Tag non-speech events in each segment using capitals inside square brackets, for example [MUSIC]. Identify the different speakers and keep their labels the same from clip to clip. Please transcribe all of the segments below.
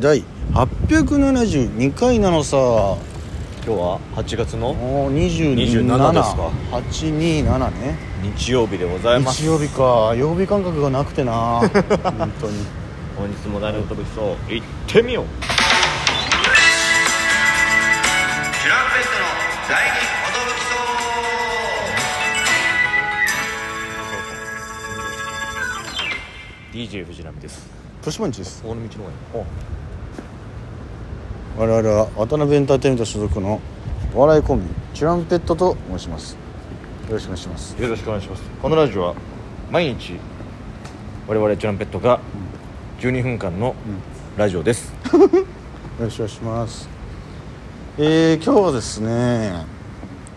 Speaker 1: 第872回なのさも
Speaker 2: 今日は8月
Speaker 1: う
Speaker 2: の
Speaker 1: 27
Speaker 2: 27ですか
Speaker 1: 827ね
Speaker 2: 日曜日でございま
Speaker 1: 日
Speaker 2: す
Speaker 1: 曜日か曜日感覚がなくてな本当に
Speaker 2: 本日も誰の飛びそう行ってみよう
Speaker 3: トランペットの第二音吹きそう
Speaker 2: DJ 藤波です
Speaker 1: [LAUGHS] 年番地です
Speaker 2: 大野道の方へ
Speaker 1: 我々は渡辺エンターテインメント所属のお笑いコンビチュランペットと申しますよろしくお願いします
Speaker 2: よろしくお願いしますこのラジオは毎日我々チュランペットが12分間のラジオです、
Speaker 1: よろしくお願いしますえー、今日はですね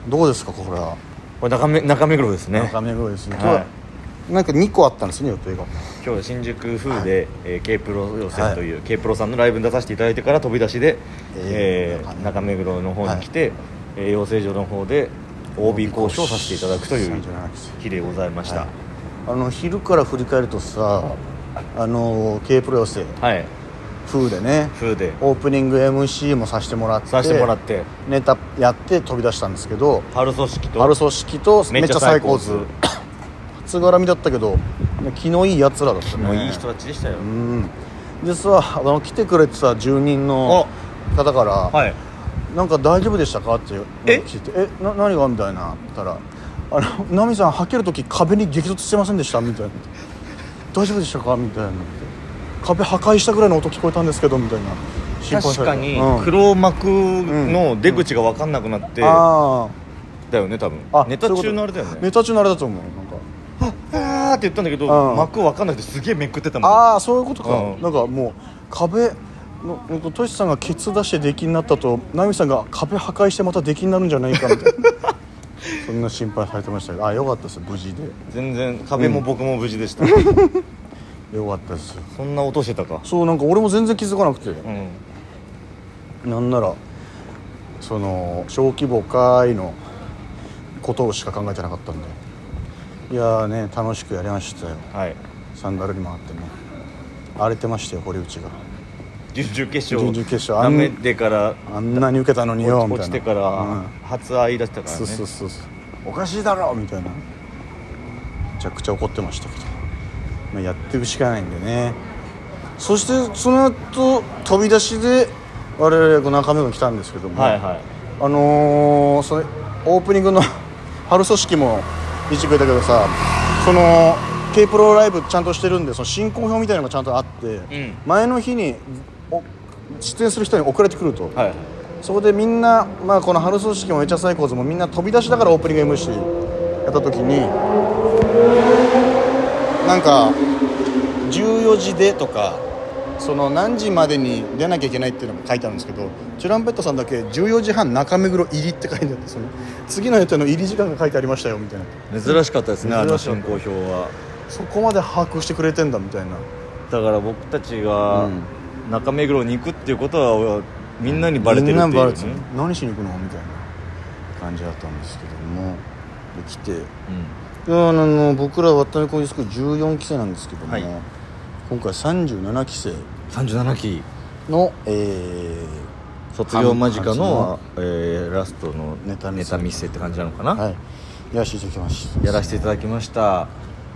Speaker 1: どうですかこれは
Speaker 2: これ中目中目黒ですね
Speaker 1: 中目黒ですね、
Speaker 2: はい
Speaker 1: 今日はなんか2個あったんですね予定が
Speaker 2: 今日新宿風で、えー、K プロ予選という、K プロさんのライブに出させていただいてから飛び出しで、
Speaker 1: え
Speaker 2: え
Speaker 1: ー
Speaker 2: ー中目黒の方に来て、えー養成所の方で OB 交渉をさせていただくという日でございました
Speaker 1: あの昼から振り返るとさあの K プロ寄せ
Speaker 2: はい、
Speaker 1: 風でね
Speaker 2: 風で
Speaker 1: オープニング MC もさせてもらって
Speaker 2: させてもらって
Speaker 1: ネタやって飛び出したんですけど
Speaker 2: 春組織と
Speaker 1: ある組織とめ
Speaker 2: め
Speaker 1: っ
Speaker 2: っ
Speaker 1: ち
Speaker 2: ち
Speaker 1: ゃ
Speaker 2: ゃ
Speaker 1: 最
Speaker 2: 最
Speaker 1: 高
Speaker 2: 高
Speaker 1: 図
Speaker 2: 図
Speaker 1: 初絡みだったけど気のいいやつらだったね
Speaker 2: もういい人たちでしたよ、
Speaker 1: うんでさあの来てくれてた住人の方から、
Speaker 2: はい
Speaker 1: なんか大丈夫でしたかって
Speaker 2: え
Speaker 1: 聞いて「えな何が?」みたいな言ったら「あの奈美さんはける時壁に激突してませんでした」みたいな「大丈夫でしたか?」みたいな壁破壊したぐらいの音聞こえたんですけどみたいな心配さ
Speaker 2: 確
Speaker 1: れた
Speaker 2: かに
Speaker 1: うん
Speaker 2: 黒幕の出口が分かんなくなって、
Speaker 1: あ
Speaker 2: だよね多分
Speaker 1: ーあ
Speaker 2: ネタ
Speaker 1: そういうこ
Speaker 2: 中
Speaker 1: と
Speaker 2: のあれだよね
Speaker 1: ネタ中のあれだと思うなんか
Speaker 2: あーって言ったんだけど、
Speaker 1: うん
Speaker 2: 幕分かんなくてすげえめくってたもん
Speaker 1: ああそういうことか、
Speaker 2: うん
Speaker 1: なんかもう壁のなんかトシさんがケツ出して出禁になったとナミさんが壁破壊してまた出禁になるんじゃないかみ
Speaker 2: [LAUGHS]
Speaker 1: たいなそんな心配されてましたけどあよかったです無事で
Speaker 2: 全然壁も僕も無事でした、
Speaker 1: よかったです
Speaker 2: そんな音してたか
Speaker 1: そうなんか俺も全然気づかなくて、
Speaker 2: うん
Speaker 1: なんならその小規模会のことをしか考えてなかったんでいやーね楽しくやりましたよ
Speaker 2: はい
Speaker 1: サンダルに回ってね荒れてましたよ堀内が
Speaker 2: 準々決勝
Speaker 1: 準々決勝あ
Speaker 2: 舐
Speaker 1: ん
Speaker 2: めてから
Speaker 1: あんなに受けたのによみ
Speaker 2: 落
Speaker 1: たいな
Speaker 2: ちてから
Speaker 1: うん
Speaker 2: 初愛出したからね、
Speaker 1: そうそうそうそうおかしいだろみたいなめちゃくちゃ怒ってましたけど、まあ、やっていくしかないんでねそしてその後飛び出しで我々この中目が来たんですけども、
Speaker 2: はいはい
Speaker 1: あのーそれオープニングの [LAUGHS] 春組織も見てくれたけどさその k プロライブちゃんとしてるんでその進行表みたいなのがちゃんとあって、
Speaker 2: ん
Speaker 1: 前の日にお出演する人に送られてくると、
Speaker 2: はいはい
Speaker 1: そこでみんな、まあ、この春組織もエチャサイコーズもみんな飛び出しだからオープニング MC やった時になんか14時でとかその何時までに出なきゃいけないっていうのが書いてあるんですけどチュランペットさんだけ14時半中目黒入りって書いてあってその次の予定の入り時間が書いてありましたよみたいな
Speaker 2: 珍しかったですねあの
Speaker 1: 珍しかっ
Speaker 2: 進
Speaker 1: た
Speaker 2: 行表は
Speaker 1: そこまで把握してくれてんだみたいな
Speaker 2: だから僕たちが
Speaker 1: うん
Speaker 2: 中目黒に行くっていうことはみんなにバレてるって
Speaker 1: みんなバ
Speaker 2: い
Speaker 1: レ
Speaker 2: う、
Speaker 1: て
Speaker 2: ね
Speaker 1: る何しに行くのみたいな感じだったんですけどもで来ていやあの僕ら渡辺コーヒースクール14期生なんですけども、
Speaker 2: はい
Speaker 1: 今回37期生
Speaker 2: うん、37期
Speaker 1: の、えー
Speaker 2: 卒業間近の
Speaker 1: 半、
Speaker 2: えーラストの
Speaker 1: ネ
Speaker 2: ネ
Speaker 1: タ
Speaker 2: タ
Speaker 1: 見
Speaker 2: 見
Speaker 1: せ
Speaker 2: せって感じなのかな、
Speaker 1: はい、やらせていただきました
Speaker 2: やらせていただきました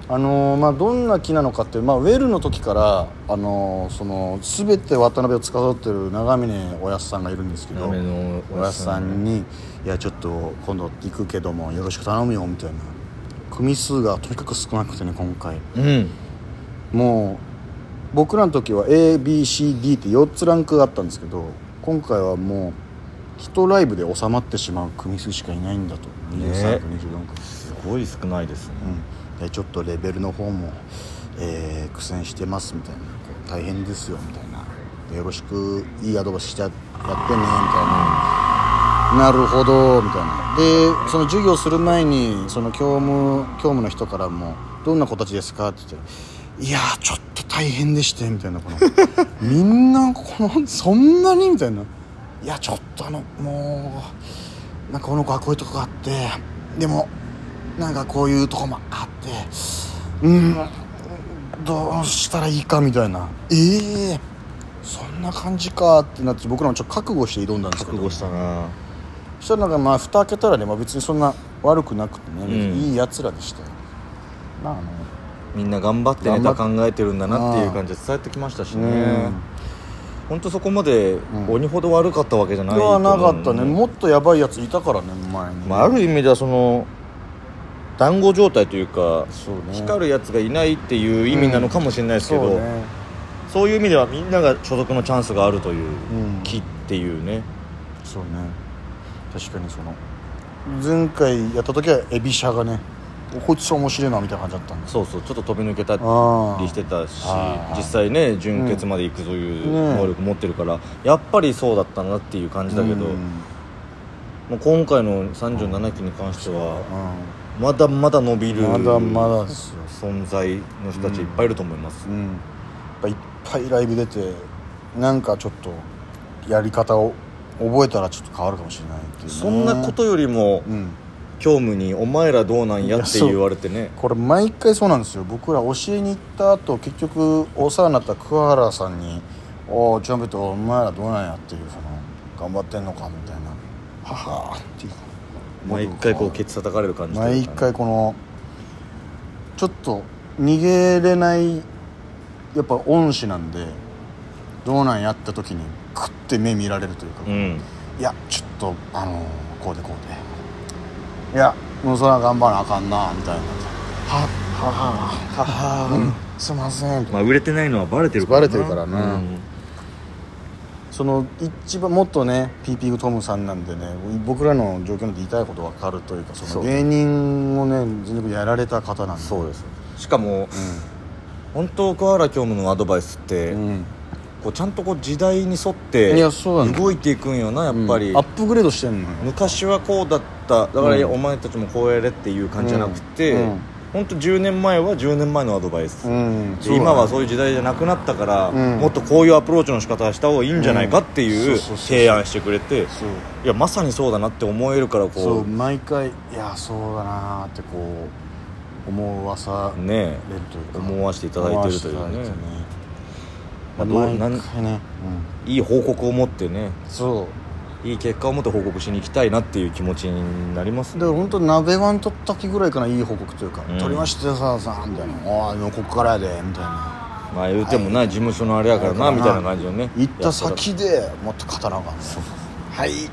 Speaker 1: あのーまあ、どんな木なのかっていう、まあ、ウェルの時から、あのーその全て渡辺を司ってる長峰おやっさんがいるんですけど
Speaker 2: 長峰おやっ
Speaker 1: おやっさ
Speaker 2: さん
Speaker 1: んに「いやちょっと今度行くけどもよろしく頼むよ」みたいな組数がとにかく少なくてね今回
Speaker 2: うん
Speaker 1: もう僕らの時は ABCD って4つランクがあったんですけど今回はもう1ライブで収まってしまう組数しかいないんだと23区24区
Speaker 2: すごい少ないですね
Speaker 1: うん、でちょっとレベルの方も、えー苦戦してますみたいなこう大変ですよみたいなでよろしくいいアドバイスしてやってねみたいな。なるほどみたいなでその授業する前にその教務教務の人からも「どんな子たちですか?」って言って「いやーちょっと大変でして」みたいなこの [LAUGHS] みんなこのそんなにみたいな「いやちょっとあのもうなんかこの子はこういうとこがあってでもなんかこういうとこもあってうんどうしたらいいか」みたいな「ええそんな感じかってなって僕らもちょっと覚悟して挑んだんですけ
Speaker 2: 覚
Speaker 1: ど
Speaker 2: 悟したな
Speaker 1: そしたらなんかまあ蓋開けたらね、まあ、別にそんな悪くなくてね、
Speaker 2: ん
Speaker 1: いいやつらでしたよまあね
Speaker 2: みんな頑張ってネタ考えてるんだなっていう
Speaker 1: あー
Speaker 2: 感じで伝えてきましたし
Speaker 1: う
Speaker 2: ね
Speaker 1: ん
Speaker 2: 本当そこまで鬼ほど悪かったわけじゃない
Speaker 1: い
Speaker 2: と思
Speaker 1: や
Speaker 2: う
Speaker 1: なかったねもっとやばいやついたからね前に、
Speaker 2: まあ、ある意味ではその団子状態というか
Speaker 1: そうね
Speaker 2: 光るやつがいないっていう意味なのかもしれないですけど、
Speaker 1: そ
Speaker 2: そうう
Speaker 1: ね
Speaker 2: いう意味ではみんなが所属のチャンスがあるという、
Speaker 1: うん
Speaker 2: 木っていうね
Speaker 1: そうね確かにその前回やった時はエビシャがねおこいつ面白いなみたいな感じだったんです
Speaker 2: そうそうちょっと飛び抜けた
Speaker 1: あ
Speaker 2: りしてたし
Speaker 1: あー
Speaker 2: 実際ね準決まで行くという
Speaker 1: ね
Speaker 2: 能力持ってるから、やっぱりそうだったなっていう感じだけど、
Speaker 1: うん
Speaker 2: もう今回の37期に関しては
Speaker 1: う
Speaker 2: まだまだ伸びる
Speaker 1: んまだまだですよ、
Speaker 2: 存在の人たちいっぱいいると思います、
Speaker 1: うん、やっぱいっぱいライブ出てなんかちょっとやり方を覚えたらちょっと変わるかもしれないっていうね、
Speaker 2: そんなことよりも、
Speaker 1: うん
Speaker 2: 教務に「お前らどうなんや」って言われてね
Speaker 1: これ毎回そうなんですよ僕ら教えに行った後結局お世話になった桑原さんに「おおチャンピオンとお前らどうなんや」っていうその「頑張ってんのか」みたいな「はは」っていう
Speaker 2: 毎回こうケツ叩かれる感じとい
Speaker 1: 毎
Speaker 2: うかね
Speaker 1: 回このちょっと逃げれないやっぱ恩師なんでどうなんやった時にクッて目見られるというか、
Speaker 2: うん
Speaker 1: いやちょっとあのこうでこうでいやもうそれは頑張らなあかんなみたいなははははは、うん、すいません
Speaker 2: まあ売れてないのはバレてるからな
Speaker 1: バレてるからな
Speaker 2: うん
Speaker 1: その一番もっとねピーピーグトムさんなんでね僕らの状況なんて言いたいこと分かるというかそ
Speaker 2: そ
Speaker 1: の
Speaker 2: う
Speaker 1: 芸人をね全力でやられた方なんで
Speaker 2: そうですしかも、本当小原教務のアドバイスって、
Speaker 1: うん
Speaker 2: こうちゃんとこう時代に沿って
Speaker 1: いやそうなんだ
Speaker 2: 動いていくんよなやっぱり、
Speaker 1: うんアップグレードしてんのよ
Speaker 2: 昔はこうだっただから、お前たちもこうやれっていう感じじゃなくて、
Speaker 1: うんうん
Speaker 2: 本当10年前は10年前のアドバイス、
Speaker 1: ん
Speaker 2: で今はそういう時代じゃなくなったから、
Speaker 1: うん
Speaker 2: もっとこういうアプローチの仕方した方がいいんじゃないかっていうう
Speaker 1: そ
Speaker 2: ん
Speaker 1: うそうそう
Speaker 2: 提案してくれて
Speaker 1: そう
Speaker 2: いやまさにそうだなって思えるから
Speaker 1: そう
Speaker 2: こ
Speaker 1: 毎回いやそうだなーってこう思わさ
Speaker 2: うね
Speaker 1: れるというか
Speaker 2: 思わせていただいてるというね
Speaker 1: 思わせていただいて
Speaker 2: まあどう
Speaker 1: 毎
Speaker 2: な
Speaker 1: 回
Speaker 2: ん
Speaker 1: ね、
Speaker 2: いい報告を持って
Speaker 1: う
Speaker 2: ね
Speaker 1: ん、そう
Speaker 2: いい結果を持って報告しに行きたいなっていう気持ちになります
Speaker 1: だか
Speaker 2: ね
Speaker 1: ら本当鍋ワン取った時ぐらいかないい報告というか「
Speaker 2: ん
Speaker 1: 取りましたよさあさん」みたいな「ああもうここからやで」みたいな
Speaker 2: まあ言うてもな、事務所のあれやからなみたいな感じでね
Speaker 1: 行った
Speaker 2: や
Speaker 1: 先でもっと刀がねはい
Speaker 2: たら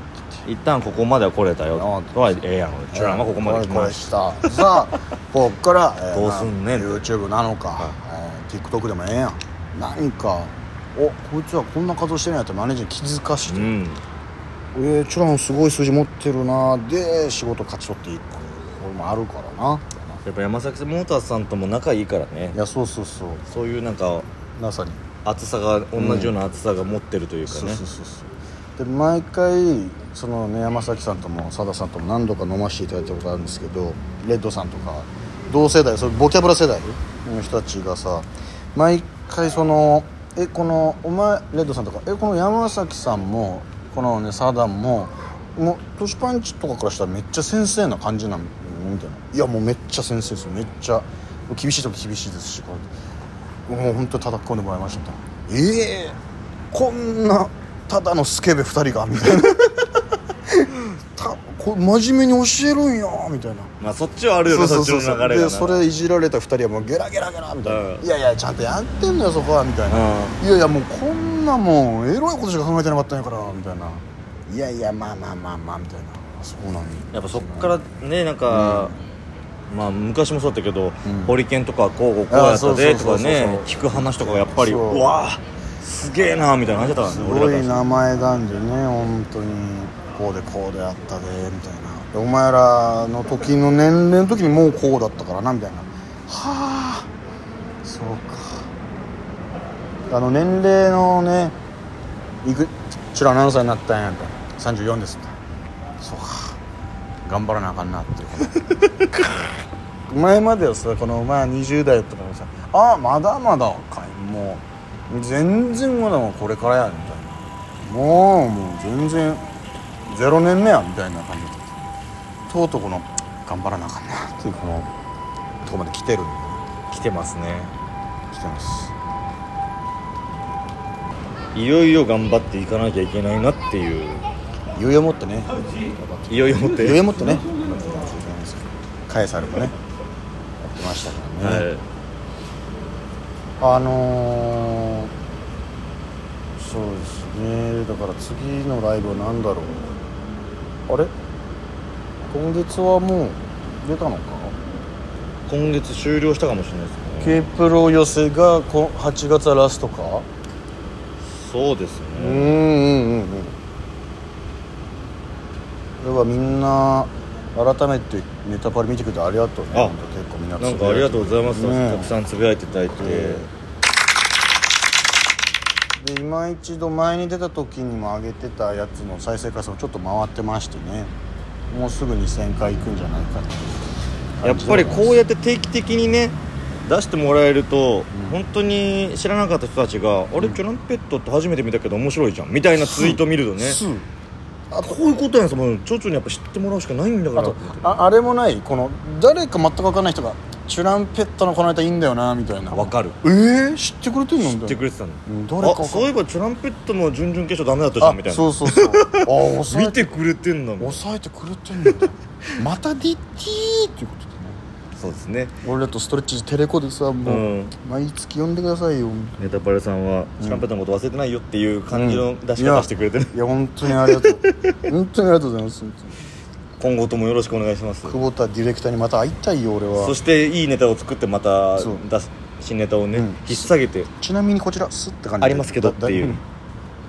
Speaker 2: 一旦ここまでは来れたよ
Speaker 1: あ
Speaker 2: とはええやんちらまここまで来ました
Speaker 1: たさあ [LAUGHS] こっから、えー
Speaker 2: どうすんねん
Speaker 1: まあ YouTube なのか、えー TikTok でもええやん何かおこいつはこんな活動してるんやってマネージャーに気づかして、
Speaker 2: うん
Speaker 1: えー、チュランすごい数字持ってるなで仕事勝ち取っていくこれもあるからな
Speaker 2: やっぱ山崎モーターさんとも仲いいからね
Speaker 1: いやそうそうそう
Speaker 2: そういうなんか
Speaker 1: まさに
Speaker 2: 厚さが同じような厚さが持ってるというかね、
Speaker 1: そうそうそうで毎回その、ね、山崎さんとも佐田さんとも何度か飲ませていただいたことあるんですけどレッドさんとか同世代そのボキャブラ世代の人たちがさ毎回その「えこのお前レッドさんとかえこの山崎さんもこのね佐田ももう年パンチとかからしたらめっちゃ先生な感じなのみたいな「いやもうめっちゃ先生ですよめっちゃ厳しい時厳しいですしこれもう本当に叩き込んでもらいました」みたいな「ええこんなただのスケベ2人が」みたい
Speaker 2: [LAUGHS]
Speaker 1: な「たこ真面目に教えるんや」みたいな。
Speaker 2: まあそっちはあるよねそっちの流れがな
Speaker 1: でそれいじられた2人はもうゲラゲラゲラみたいな「
Speaker 2: うん
Speaker 1: いやいやちゃんとやってんのよそこは」みたいな「いやいやもうこんなもんエロいことしか考えてなかったんやから」みたいな「いやいやまあまあまあまあ」みたいなそうなん
Speaker 2: やっぱそっからねなんか、まあ昔もそうだったけど、ホリケンとかこうこうこうやっ
Speaker 1: あ
Speaker 2: たでと
Speaker 1: そうそうそう
Speaker 2: か
Speaker 1: そう
Speaker 2: ね聞く話とかがやっぱりう
Speaker 1: そう
Speaker 2: わあすげえなみたいな話だった
Speaker 1: す
Speaker 2: からね
Speaker 1: ご
Speaker 2: 俺ら
Speaker 1: い
Speaker 2: から
Speaker 1: 名前なんでね本当にこうでこうであったでみたいなでお前らの時の年齢の時にもうこうだったからなみたいなはあそうかあの年齢のねいくちら何歳になったんやみたいな34ですみたいなそうか頑張らなあかんなっていう前まではさこのまあ20代とかもさ「ああまだまだかいもう全然まだもうこれからや」みたいな「もうもう全然0年目や」みたいな感じでとうとうこの「頑張らなあかんな」っていうこのとこまで来てるんでね
Speaker 2: 来てますね
Speaker 1: 来てます
Speaker 2: いよいよ頑張っていかなきゃいけないなっていう
Speaker 1: 余裕を持ってね
Speaker 2: いよいよ持って
Speaker 1: 余裕を持ってねカエサルもねやってましたからね、
Speaker 2: はい
Speaker 1: あのーそうですねだから次のライブは何だろうあれ今月はもう出たのか
Speaker 2: 今月終了したかもしれないですね
Speaker 1: K プロ寄せがこ8月はラストか
Speaker 2: そうです
Speaker 1: うん
Speaker 2: ね
Speaker 1: うんうんうんだからみんな改めてネタパレ見てくれてありがとうね
Speaker 2: あ
Speaker 1: 本当結構みんな
Speaker 2: なんかありがとうございます、
Speaker 1: ね
Speaker 2: たくさんつぶやいていただいて、
Speaker 1: で今一度前に出た時にも上げてたやつの再生回数もちょっと回ってましてねもうすぐ2000回いくんじゃないかっていう
Speaker 2: やっぱりこう
Speaker 1: や
Speaker 2: やって定期的にね出してもらえると、本当に知らなかった人たちが「あれチュランペットって初めて見たけど面白いじゃん」みたいなツイート見るとねあこういうことなんですもう徐々にやっぱ知ってもらうしかないんだか
Speaker 1: あ
Speaker 2: ら
Speaker 1: とああれもないこの誰か全く分かんない人が「チュランペットのこの間いいんだよな」みたいな
Speaker 2: わかる
Speaker 1: えー、知ってくれてんの知
Speaker 2: 言ってくれてたの、
Speaker 1: うん誰かわかん
Speaker 2: あそういえばチュランペットの準々決勝ダメだったじゃ
Speaker 1: あ
Speaker 2: んみたい
Speaker 1: そ
Speaker 2: な
Speaker 1: うそう
Speaker 2: [LAUGHS]
Speaker 1: そうあ抑え
Speaker 2: 見
Speaker 1: て
Speaker 2: てくれてんだもん
Speaker 1: 抑えてくれてんの
Speaker 2: [LAUGHS]
Speaker 1: またディッティーっていうことでね
Speaker 2: そうですね
Speaker 1: 俺らとストレッチーズテレコでさもう、
Speaker 2: うん
Speaker 1: 毎月呼んでくださいよみたい
Speaker 2: ネタパレさんはチュランペットのこと忘れてないよっていう感じの出し
Speaker 1: うんいや
Speaker 2: 方してくれてる、
Speaker 1: ないや本当にありがとう [LAUGHS] 本当にありがとうございます本当に
Speaker 2: 今後ともよろしくお願いします
Speaker 1: 久保田ディレクターにまた会いたいよ俺は
Speaker 2: そしていいネタを作ってまた
Speaker 1: そう
Speaker 2: 出す新ネタをね、
Speaker 1: うん
Speaker 2: 引っ提げて
Speaker 1: ちなみにこちらスって感じで
Speaker 2: ありますけどってい
Speaker 1: だ
Speaker 2: う
Speaker 1: だ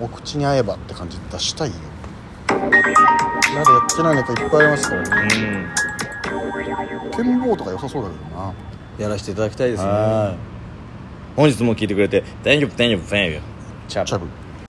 Speaker 1: お口に合えばって感じで出したいよまだやってないネタいっぱいありますからね
Speaker 2: う、
Speaker 1: 剣棒とか良さそうだけどなん
Speaker 2: やらせていただきたいですね
Speaker 1: は
Speaker 2: 本日も聞いてくれて「大丈夫大丈夫大丈夫」
Speaker 1: チャブ